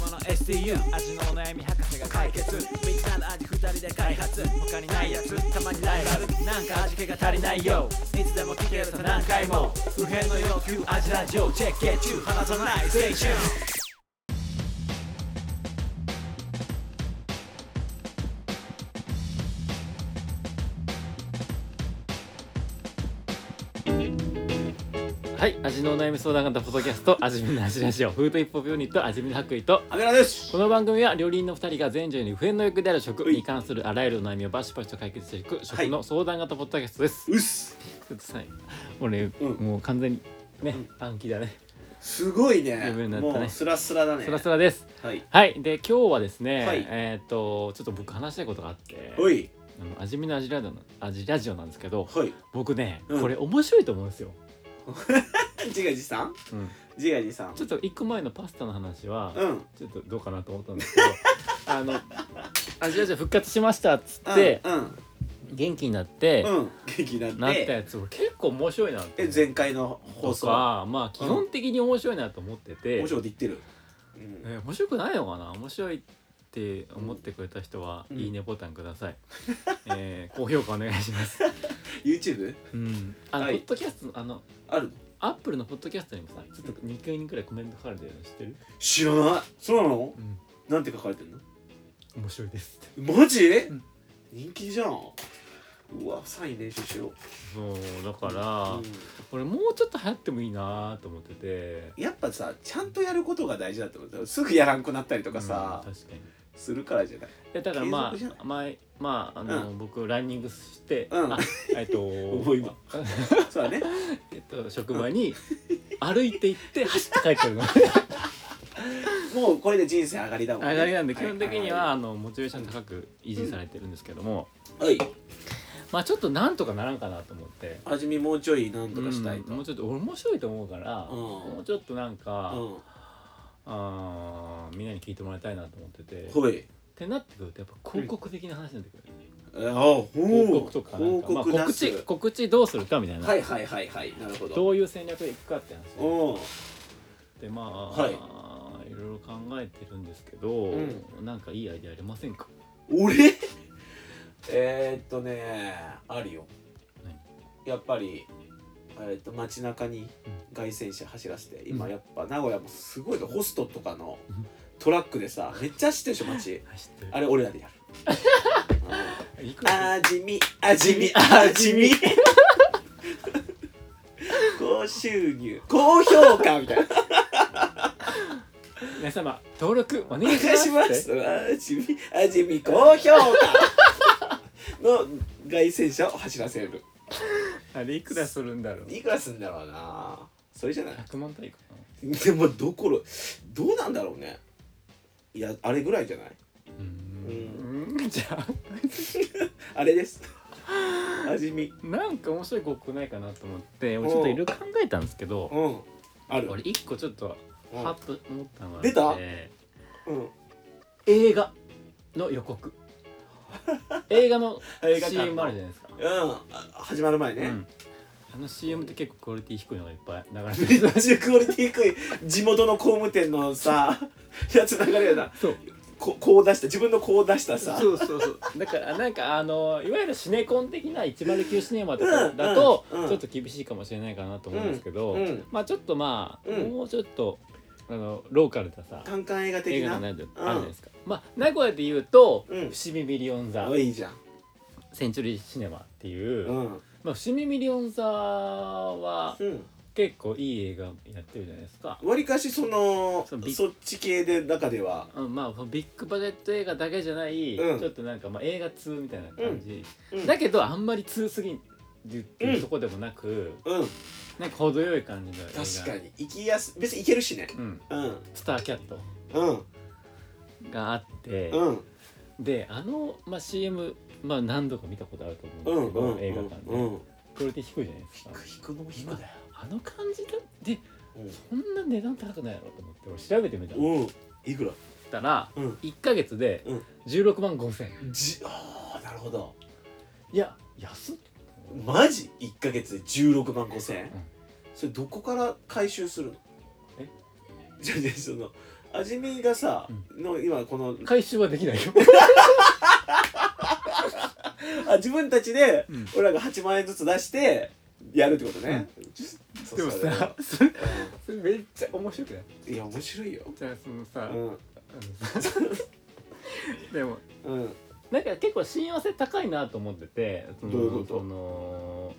もの STU 味のお悩み博士が解解決決みんなの味二人で開発他にないやつたまにライバルなんか味気が足りないよいつでも聞けると何回も不変の要求味ラジオチェックゲッチュー離さないステーションはい味のお悩み相談型ポッドキャスト味見の味ラジオフードヒップホップユニット味見の白衣とアメラですこの番組は料理人の2人が全女優に不変の欲である食に関するあらゆるお悩みをバシバシと解決していく食の相談型ポッドキャストです、うっすちょっとさもうね、うんもう完全にね暗記だねすごいね余分になったねもうスラスラだねスラスラですはいはいで今日はですね、はいえーっとちょっと僕話したいことがあっておいあの味見の味ラジオな味ラジオなんですけどはい僕ね、うんこれ面白いと思うんですよ、自画自賛うん自画自賛ちょっと一個前のパスタの話は、うんちょっとどうかなと思ったんですけ どあの「アジアじゃ復活しました」っつって、うん元気になって、うんうん元気になってなったやつ俺結構面白いなってえ前回の放と送かまあ基本的に面白いなと思ってて、面白いこと言ってるうんね面白くないのかな面白いって思ってくれた人は「うんいいね」ボタンください、えー高評価お願い します、 YouTube うん、あの、はいポッドキャストのあのあるアップルのポッドキャストにもさちょっと2回にくらいコメント書かれてるの知ってる、知らないそうなのうん、なんて書かれてんの面白いですってマジ、ん人気じゃんうわサイン練習しようそうだから、うん俺もうちょっと流行ってもいいなと思っててやっぱさちゃんとやることが大事だと思うんだよすぐやらんくなったりとかさ、うん確かにするからじゃないいやだからま継続じゃないあ前まああの、僕ランニングして、うんあえっと重いわ そうだねえっと職場に歩いて行って走って帰って るのもうこれで人生上がりだもん、ね、上がりなんで基本的には、はあのモチベーション高く維持されてるんですけども、いはいまあちょっとなんとかならんかなと思って。味見もうちょいなんとかしたいと、うんもうちょっと俺面白いと思うから、うんもうちょっとなんか、うんあーみんなに聞いてもらいたいなと思ってて、っほいてなってくるとやっぱ広告的な話になってくるよね、あほう広告とかなん広かまあ、告な告す、知告知どうするかみたいな、はいはいはいはいなるほどどういう戦略でいくかって話おでまあ、はいい、ろいろ考えてるんですけど、うなんかいいアイデアありませんか俺えーっとねあるよ何やっぱりえーっと街中に凱旋車走らせて今やっぱ名古屋もすごいのホストとかのうんトラックでさめっちゃ走ってるでしょ街走ってるあれ俺らでやるいくら味見味見味見 高収入高評価みたいな皆様登録お願おいし願まいすしますって味見味見高評価の凱旋車を走らせるあれいくらするんだろういくらすんだろうなそれじゃない100万体かでもどころどうなんだろうねいやあれぐらいじゃないなうんうんじゃああれです味見なんか面白い広告ないかなと思って俺ちょっといろいろ考えたんですけどうんある俺一個ちょっとうんハッと思ったのがあっ出たてうん映画の予 告映画の映画館の CM あるじゃないですか、うんあ始まる前うねん、あの CM って結構クオリティ低いのがいっぱい流れめてる っちゃクオリティ低い地元の工務店のさやつ流れるなそうここう出した自分のこう出したさそうそうそうだからなんかあのいわゆるシネコン的な109シネマとうかんだとうんちょっと厳しいかもしれないかなと思うんですけど、うんうんまあちょっとまあ、うんもうちょっとあのローカルなさカンカン映画的映な画のあるじゃないですか、まあ名古屋で言うと、うん伏見ミリオン座あいいじゃんセンチュリーシネマっていう、うんまあ、伏見ミリオン座はうん結構いい映画やってるじゃないですか、わりかしそのそのビそっち系で中ではうん、まあビッグバジェット映画だけじゃない、うんちょっとなんかまあ映画通みたいな感じ、うんうんだけどあんまり通すぎるっていうとこでもなく、うんなんか程よい感じの映画確かに行きやす別に行けるしねうん、うんスターキャットうんがあって、うんであの、まあ、CM、まあ、何度か見たことあるとう思うんんですけうど、んうん映画館で、うんクオリティ低いじゃないですか引くのも引くだよあの感じででうこんな値段高くないやろと思って俺調べてみたのうん、うん、いくらたらうん1か月でうん16万5千円じああなるほどいや安っマジ1か月で16万5千円、んそれどこから回収するのえじゃあじゃあその味見がさ、の今この回収はできないよあ自分たちでうん俺らが8万円ずつ出してやるってことね、そうでもそうさそれそれめっちゃ面白くないいや面白いよじゃあそのさ、うんあのさでもうんなんか結構親和性高いなと思っててそのどういうことその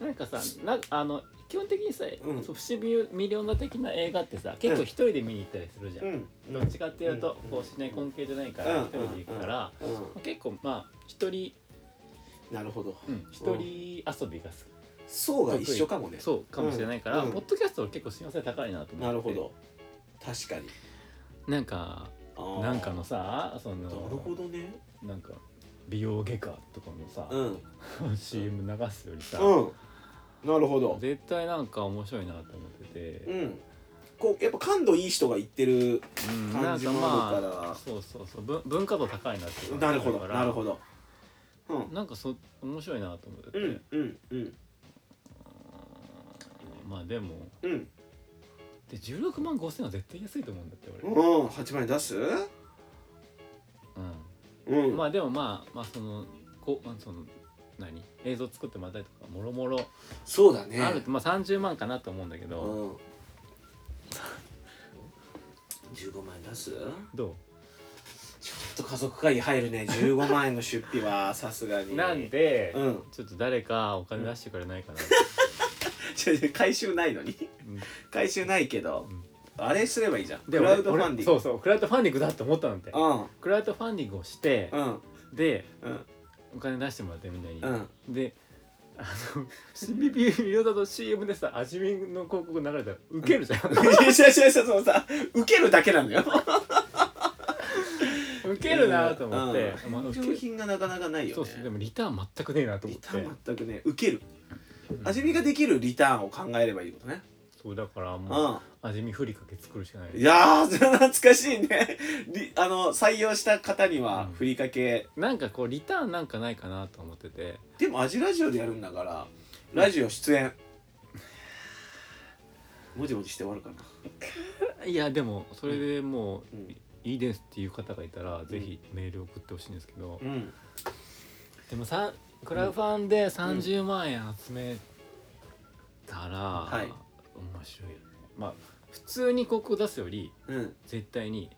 なんかさなあの基本的にさ、うんそう不思議ミリオンナ的な映画ってさ結構一人で見に行ったりするじゃん、うんどっちかっていうと、うんこうしない根系じゃないかうらん一人で行くから、う結構まあ一人んなるほど、うん一人遊びが好層がき一緒かもねそうかもしれないから、うんうんポッドキャストは結構親和性高いなと思ってなるほど確かになんかあーなんかのさそのなるほどねなんか美容外科とかのさ、うん CM 流すよりさ、うんなるほど絶対なんか面白いなと思ってうて、んこうやっぱ感度いい人が言ってるうんな感んじかもあるからまあそうそうそうぶん文化度高いなってなるほどなるどほどうんなんかそ面白いなと思ってて、うんうんうんまあでもうんで16万5千は絶対安いと思うんだって俺、うん8万円出すううんんまあでもまあまあそのこうその何映像作ってもらったりとかもろもろそうだねある、まあ30万かなと思うんだけうど、ん15万円出すどちょっと家族会議入るね15万円の出費 はさすがうになんで、うんちょっと誰かお金出してくれないかな、違う違う回収ないのに うん回収ないけどうんあれすればいいじゃんでクラウドファンディング俺そうそうクラウドファンディングだって思ったのってうんクラウドファンディングをして、うんでうんお金出してもらってみんなに、うん であの CBP 無料だと CM でさ味見の広告流れたらウケるじゃん、いやいやいやそのさ受けるだけなのよウケるなと思って、うんまあウケ商る品がなかなかないよねそうそうでもリターン全くねえなと思リっターてン全くね受けるん味見ができるリターンを考えればいいことねそうだからうもうん味見ふりかけ作るしかないいやーそれ懐かしいね りあの採用した方にはうんふりかけ、なんかこうリターンなんかないかなと思っててでも味ラジオでやるんだからラジオ出演もじもじして終わるかな、いやでもそれでもううんいいですっていう方がいたら、ぜひメール送ってほしいんですけど、うん、でもさクラファンで30万円集めたら、はい面白いよねまあ普通に広告出すよりうん絶対に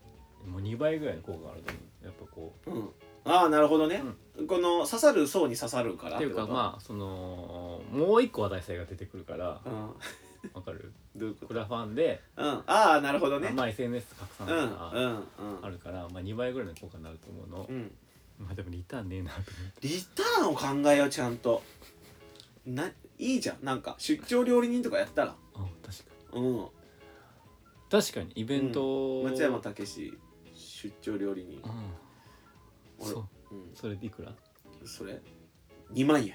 もう2倍ぐらいの効果があると思うやっぱこうん、ああなるほどね、この刺さる層に刺さるかうらっていうかまあそのもう一個話題性が出てくるからあ、うん、わかるどういうこクラファンで、と、うん、ああなるほどねまあ SNS 拡散うとんうかんうんあるから、まあ、2倍ぐらいの効果になると思うの、うんまあでもリターンねえなとリターンを考えようちゃんとないいじゃんなんか出張料理人とかやったら思ってあ確かうんに確かにイベント、松山武史出張料理人うん俺そううんそれで いくらそれ2万円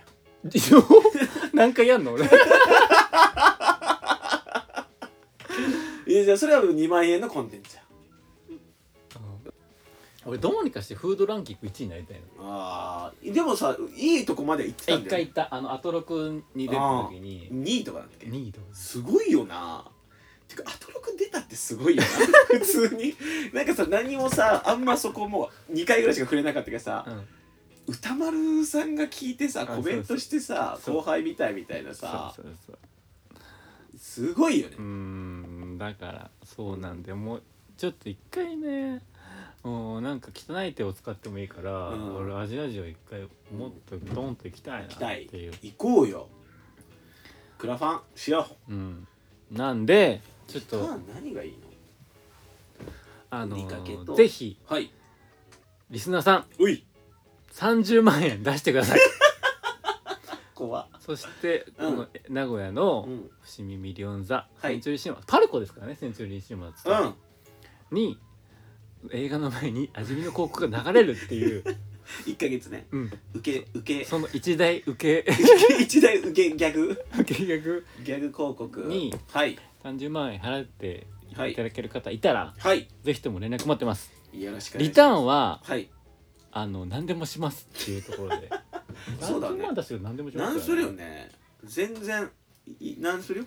何回やんの俺いやじゃあそれは2万円のコンテンツや俺どうにかしてフードランキング1位になりたいのあーでもさいいとこまで行ってたん一だ回よ行ったあのアトロクに出た時に2位とかなんだっけ2位とかすごいよなてかアトロク出たってすごいよな 普通になんかさ何もさあんまそこもう2回ぐらいしか触れなかったけどさ、うん歌丸さんが聞いてさあコメントしてさそうそう後輩みたいみたいなさそうそうそうすごいよねうーんだからそうなんでもうちょっと一回ねもうなんか汚い手を使ってもいいから、うん俺アジア人を一回もっとドンと行きたい行きなたっいていう、行こうよクラファンしようん、なんでちょっうとファン何がいいのあのふりかけとぜひはいリスナーさんうい30万円出してくだ さい怖そしてこうんの名古屋のうん伏見ミリオンザ、はいセンチュリーシネマパルコですからねセンチュリーシネマうんはに映画の前に味見の広告が流れるっ ていう、 1ヶ月ねうん、受け受け その一大受け一大受けギャグ 受け役ギャグ広告にはい30万円払っていはいただける方いたら、はいぜひとも連絡待ってますよろしくお願いしますリターンははいあの何でもしますっていうところで そうだね30万出して何でもしますなんするよね全然いなんするよ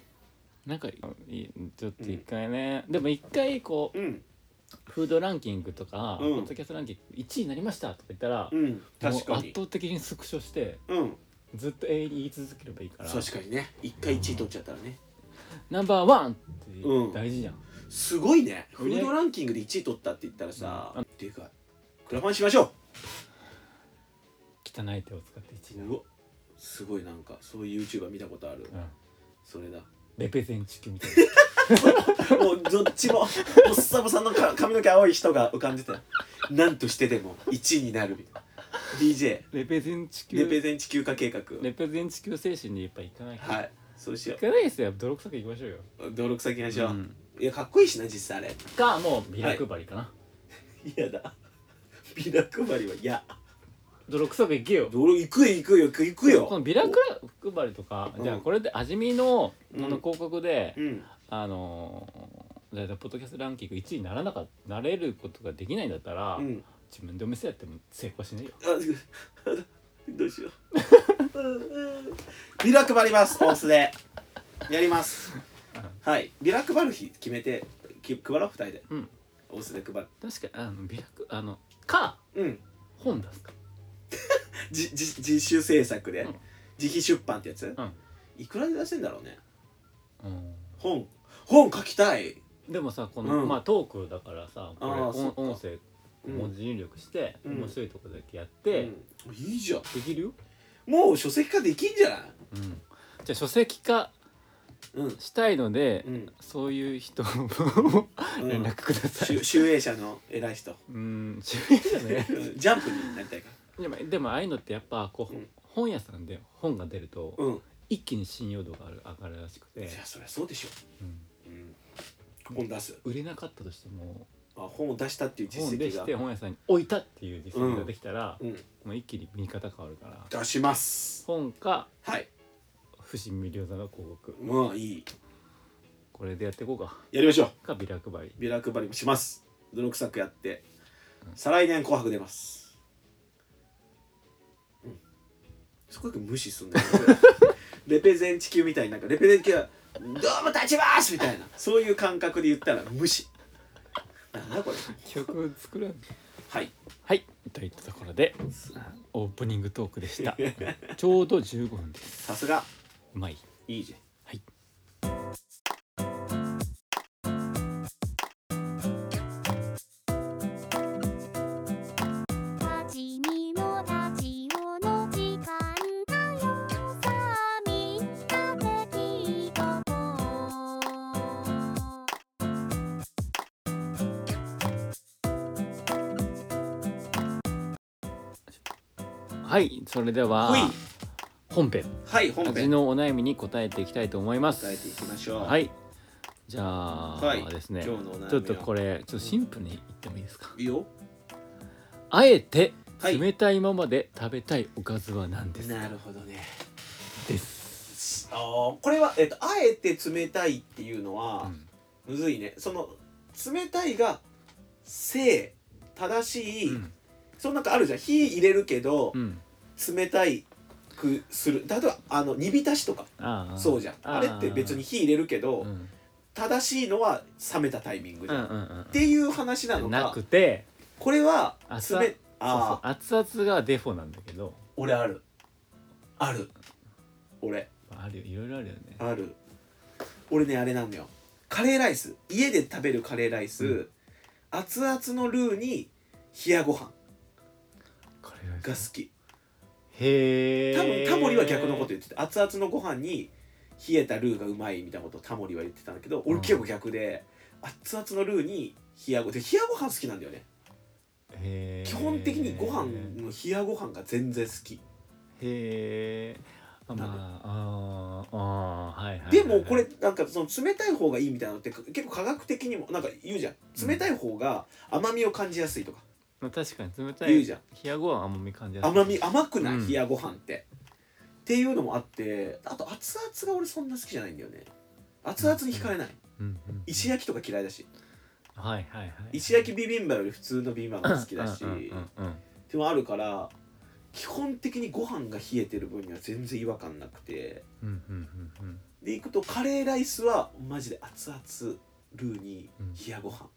なんかいいちょっと一回ね、でも一回こううんフードランキングとか、うんポッドキャストランキング1位になりましたとか言ったら、うんもう確か圧に倒的にスクショしてうんずっと永遠に言い続ければいいから確かにね一回1位取っちゃったらねナンバーワンってうん大事じゃん、すごいねフ売り上ーげドランキングで1位取ったって言ったらさ、っていうかクラファンしましょ汚い手を使って1位うなうわすごいなんかそういう YouTuber 見たことある、うん、それだレペゼン地球みたいもうどっち もおっさぼさんのか髪の毛青い人が浮かんでたなんとしてでも1位になるみたいな DJ なレペゼン地 球レペゼン地球化計画レペゼン地球精神にやっぱいかないはいそうしよいかないですよ泥臭くいきましょうよう登録先にしよう、うんいやかっこいいしな実際あれかもうビラ配りかな、嫌だ ビラ配りは嫌泥臭くいけよ俺行くよ行くよ行くよこのビラ配りとか、うんじゃあこれで味見のあうんの広告で、うんあのー、だいたいポッドキャストランキング1位にならなかなれることができないんだったら、うん自分でお店やっても成功しないよあすごいあ どうしよう ビラ配りますオースでやりますはいビラ配る日決めてき配ろう二人で、うんオースで配る確かにあのビラくあのかうん本出すかじじ自主制作で、うん自費出版ってやつ、んいくらで出せんだろうねうん本本書きたいでもさこの、うんまあトークだからさこれあーそ音っか音声うん文字入力して、うん面白いとこだけやって、うんいいじゃんできるよ、もう書籍化できんじゃないうん、じゃあ書籍化うんしたいので、うんそういう人もうん連絡ください集集英社の偉い人うん注意 だねうんジャンプになりたいかでもでもああいうのってやっぱこう、うん本屋さんで本が出ると、らうん一気に信用度が上がるらしくてい、やそりゃそうでしょ、うんうん、本出す売れなかったとしてもあ本を出したっていう本実で績しがて本屋さんに置いたっていう実績ができたら、うんもう一気に見方変わるから出します本かはい不審無料座の広告まあいいこれでやっていこうかやりましょうかビラ配りビラ配りもします泥臭くやって再来年紅白出ますうんすごく無視すんだ よレペゼン地球みたいになんかレペゼン地球は「どうも立ちます!」みたいなそういう感覚で言ったら無視なんだこれ曲作らんはいはいといったところでオープニングトークでした ちょうど15分ですさすがうまいいいじゃんはい立ちにも立ちよの時間だよさあみんなで聞いとこうはいそれではほい本編はい本味編のお悩みに答えていきたいと思います答えていきましょうはいじゃあ、はいですね今日のお悩みはちょっとこれちょっとシンプルに言ってもいいですか、いいよあえてはい冷たいままで食べたいおかずは何ですか、なるほどねです、あーこれは、えっと、あえて冷たいっていうのうは、んむずいねその冷たいが正正しい、うんそのなんかあるじゃん火入れるけど、うん冷たいくする例えばあの煮浸しとかああそうじゃんあれって別に火入れるけど、うんうん正しいのは冷めたタイミングじうゃん、んっうんていう話なうのんかなくてこれは冷朝ああそうそう熱々がデフォなんだけど俺あるある俺あるよいろいろあるよねある俺ねあれなんだよカレーライス家で食べるカレーライス、うん熱々のルーに冷やご飯これがが好きへえ多分タモリは逆のこと言ってた熱々のご飯に冷えたルーがうまいみたいなことをタモリは言ってたんだけど俺結構逆で、熱々のルーに冷やごで冷やご飯好きなんだよねへー基本的にご飯の冷やご飯が全然好きへえ。あなるまあ、あーあー、はいはいはいはい。でもこれなんかその冷たい方がいいみたいなのって結構科学的にもなんか言うじゃん冷たい方が甘みを感じやすいとかまあ、確かに冷たい。言うじゃん冷やごは甘み感じやすい甘み甘くなういん冷やご飯って、っていうのもあってあと熱々が俺そんな好きじゃないんだよね熱々に惹かれない、うんうん石焼きとか嫌いだしはいはいはい石焼きビビンバより普通のビビンバの方が好きだしうんうんうんうんでもあるから基本的にご飯が冷えてる分には全然違和感なくてうんうんうんうんでいくとカレーライスはマジで熱々ルーに冷やご飯、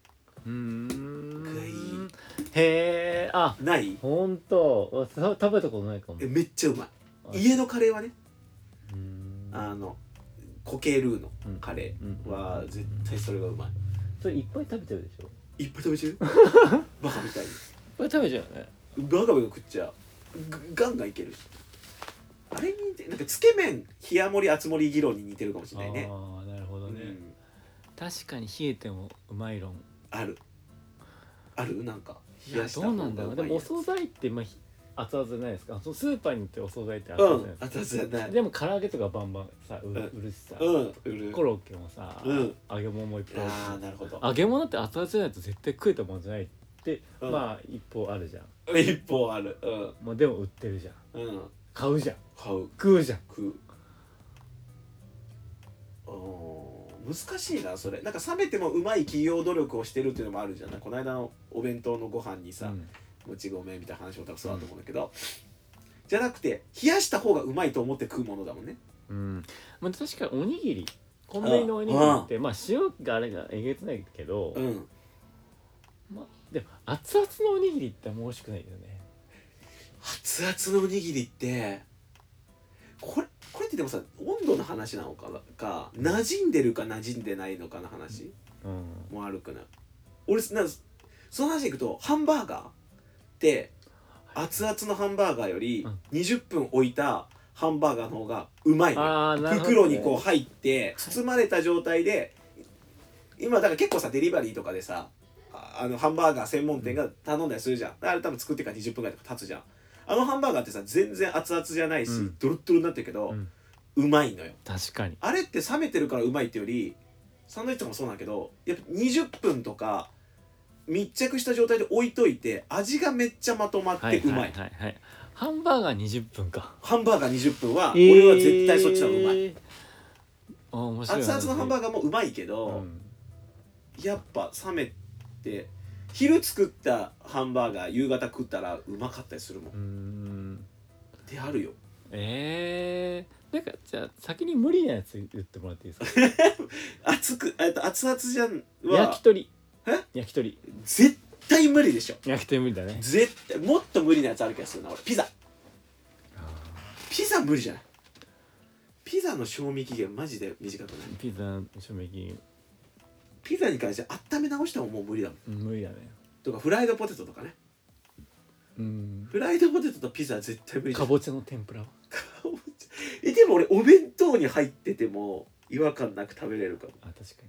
うーがいんいへえあないほんとた食べたことないかもえめっちゃうまあい家のカレーはねうーんあの固形ルーのカレーは絶対それがうまそれいっぱい食べてるでしょいっいいっぱい食べ ちゃうバカみたいにぱい食べちゃうよねバカバカ食っちゃうぐガンガンいけるしあれに似てなんかつけ麺冷や盛り厚盛り議論に似てるかもしれないねああなるほどうね、ん確かに冷えてもうまい論あるあるなんかい冷ややしたどうなんだろうでもおそ惣菜ってまあひ熱々じゃないですかそのスーパーに行ってお惣菜って熱う々じゃないんですか、私じゃないでも唐揚げとかバンバンさう,、んうるしさ、うんうるコロッケもさ、うん揚げ物もいっぱいあるしああなるほど揚げ物って熱々じゃないと絶対食えたもんじゃないって、うんまあ一方あるじゃん一本あるうんまあでも売ってるじゃんうん買うじゃん買う食うじゃん食ううん難しいなそれなんか冷めてもうまい企業努力をしてるっていうのもあるじゃないこの間のお弁当のご飯にさ、うんもち米みたいな話も多分そうだと思うんだけど、じゃなくて冷やした方がうまいと思って食うものだもんねうんまあ、確かにおにぎりコンビニのおにぎりってまあ塩があれがえげつないけど、うんまあ、でも熱々のおにぎりってあんま美味しくないよね熱々のおにぎりってこれこれってでもさ温度の話なのかか馴染んでるか馴染んでないのかの話うんもあるくない俺なんかその話でいくとハンバーガーって熱々のハンバーガーよりうん20分置いたハンバーガーの方がうまいのよあーなるほどね袋にこう入って包まれた状態で今だから結構さデリバリーとかでさああのハンバーガー専門店が頼んだりするじゃんあれ多分作ってから20分ぐらいとか経つじゃんあのハンバーガーってさ全然熱々じゃないし、うんドロッドロになってるけど、ううんまいのよ確かにあれって冷めてるからうまいってよりサンドイッチとかもそうなんだけどやっぱ20分とか密着した状態で置いといて味がめっちゃまとまってうまい、はいはいはいはいハンバーガー20分かハンバーガー20分は俺は絶対そっちの方がうまい、い、あー面白い熱々のハンバーガガーもうまいけど、うんやっぱ冷めて昼作ったハンバーガー夕方食ったらうまかったりするもんうーんであるよえー、なんかじゃあ先に無理なやつ言ってもらってい いですか熱くえっと熱々じゃんは焼き鳥え焼き鳥絶対無理でしょ焼き鳥無理だね絶対もっと無理なやつある気がするな俺ピザピザ無理じゃないピザの賞味期限マジで短くないピザの賞味期限ピザに関しては温め直してももう無理だもんうん無理だねとかフライドポテトとかねうんフライドポテトとピザは絶対無理じゃかんぼちゃの天ぷらはえでも俺お弁当に入ってても違和感なく食べれるかもあ確か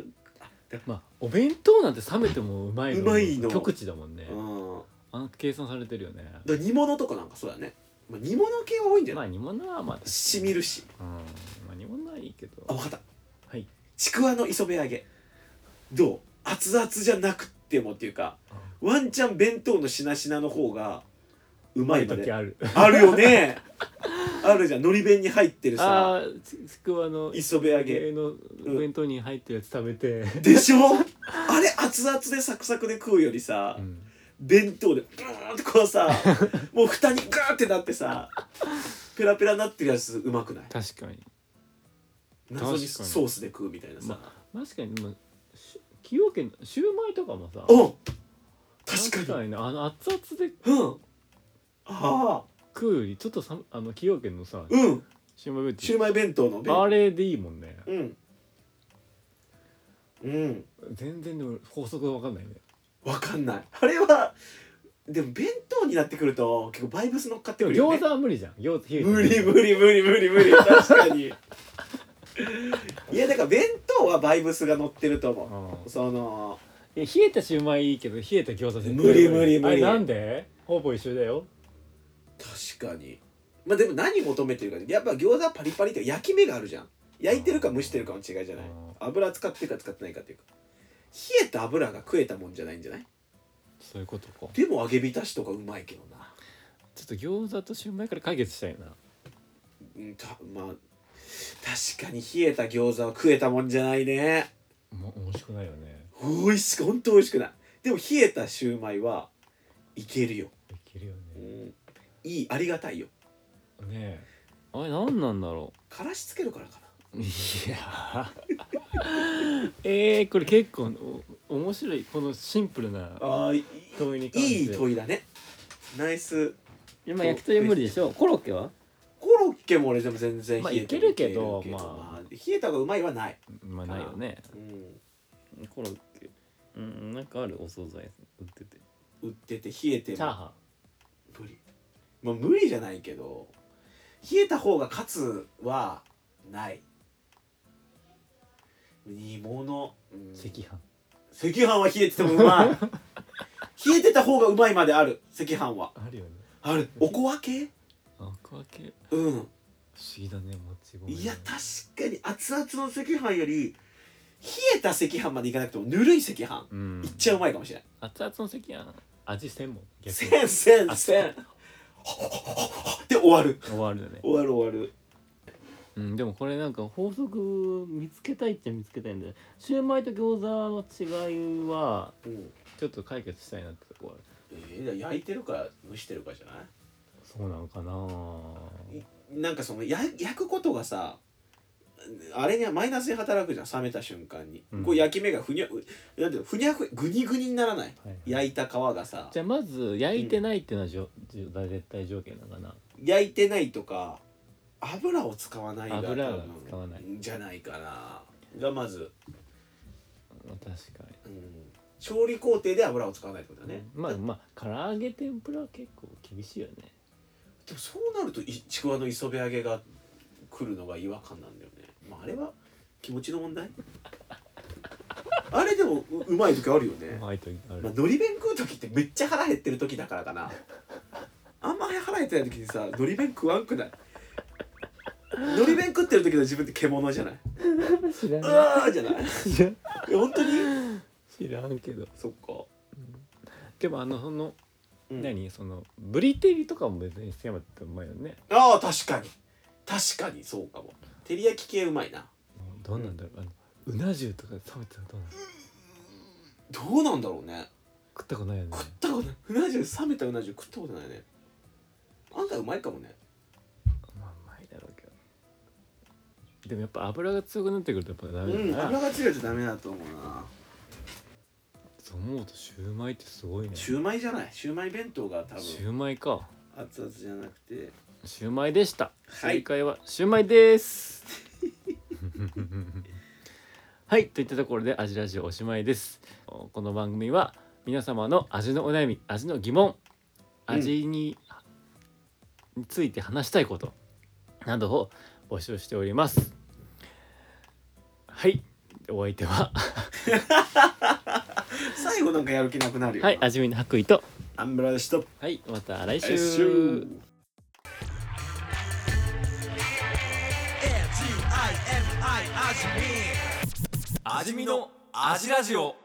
があだまあお弁当なんて冷めてもうまいのうまいの極地だもんねうんあの計算されてるよねだから煮物とかなんかそうだね、まあ、煮物系は多いんじゃまない、あ煮物はまあしみるしうんまあ煮物はいいけどあ分かったはいちくわの磯辺揚げどう熱々じゃなくてもっていうかワンチャン弁当のしなしなの方がううままいいま時であるあるよねあるじゃんのり弁に入ってるさ あーちちくわの磯辺揚げ家のお弁当に入ってるやつ食べて、 でしょあれ熱々でサクサクで食うよりさ、うん弁当でブーンってこう さもう蓋にガーってなってさペラペラになってるやつうまくない確かに謎に確かにソースで食うみたいなさ、確かにでもし崎陽軒のシューマイとかもさうん確かににあの熱々でうんああ食うよりちょっとさあの崎陽軒のさうんシューマイ弁シューマイ弁当の弁当あれでいいもんねうんうん全然でも法則が分かんないねわかんないあれはでも弁当になってくると結構バイブス乗っかってでくもるよ、ね、餃子は無理じゃん餃子冷えてる無理無理無理無理無理確かに いやだから弁当はバイブスが乗ってると思ううそのんいや冷えたシューマイいいけど冷えた餃子絶対無理無理無理あれなんでほぼ一緒だよ確かにまあでも何求めてるかやっぱ餃子はパリパリって焼き目があるじゃん焼いてるか蒸してるかの違いじゃないあ油使ってるか使ってないかっていうか冷えた油が食えたもんじゃないんじゃないそういうことかでも揚げ浸しとかうまいけどなちょっと餃子とシューマイから解決したいなうんたまあ確かに冷えた餃子は食えたもんじゃないねもう美味しくないよね美味しく本当美味しくないでも冷えたシューマイはいけるよ、いけるようねん、いいありがたいよねえあれ何なんだろからしつけるからかなういやーえー、これ結構お面白いこのシンプルなあーい問いに関していい問いだねナイス今焼き鳥無理でしょコロッケはコロッケも俺でも全然まあ冷えたいけるけどいけるまあまあ冷えた方がうまいはない、まあないよねうん、コロッケうんなんかあるお惣菜売ってて売ってて冷えてチもャーハ無理まあ無理じゃないけど冷えた方が勝つはない煮物、うんン赤飯赤飯は冷えててもう まい冷えてた方がうまいまである赤飯はあるよねあるおこわけあこわけ不思うん議だねもち米いや確かに熱々の赤飯より冷えた赤飯までいかなくてもぬるい赤飯うんいっちゃうまいかもしれない熱々の赤飯味専門逆にせんせんせんほっほっほっほっで終わる終わるよね終わる終わるうんでもこれなんか法僕見つけたいっちゃ見つけたいんだよシューマイと餃子の違いはうんちょっと解決したいなってとこあるえー焼いてるか蒸してるかじゃないそうなんかななんかそのや焼くことがさあれにはマイナスに働くじゃん冷めた瞬間に、うんこう焼き目がふにゃうなんていうのふにゃふぐにぐににならない、はい焼いた皮がさじゃあまず焼いてないっていうのはじょ、じょ絶対条件なのかな焼いてないとか油を使わないが油が多分使わないじゃないかながまず、確かうん、調理工程で油を使わないってことだにね、まあまあ唐揚げ天ぷらは結構厳しいよねでもそうなるといちくわの磯辺揚げが来るのが違和感なんだよね、まあ、あれは気持ちの問題 あれでもううまい時あるよね、まああとあまある、のり弁食う時ってめっちゃ腹減ってる時だからかなあんま腹減ってない時にさのり弁食わんくないのり弁食ってる時の自分って獣じゃない知らうなわーじゃないい知らんえ本当に知らんけどそっか、でもあのその、うん何そのブリ照りとかも別にせやまってうまいよねああ確かに確かにそうかも照り焼き系うまいなどうなんだろう、あのうな重とか冷めてたらどどうなのうなんだろうね食ったことないよね食ったことないうな重冷めたうな重食ったことないね案外うまいかもねまあうまいだろうけどでもやっぱ油が強くなってくるとやっぱダうメだんな、油が強いとダメだと思うなそう思うとシューマイってすごいねシューマイじゃないシューマイ弁当が多分シューマイか熱々じゃなくてシューマイでした。はい正解はシューマイです。はい、といったところで味ラジオおしまいです。この番組は皆様の味のお悩み、味の疑問、うん味に,、について話したいことなどを募集しております。はい、お相手は最後なんかやる気なくなるよなはい、味見の白衣とアンブラでしたはい、また来来週週。味見の味ラジオ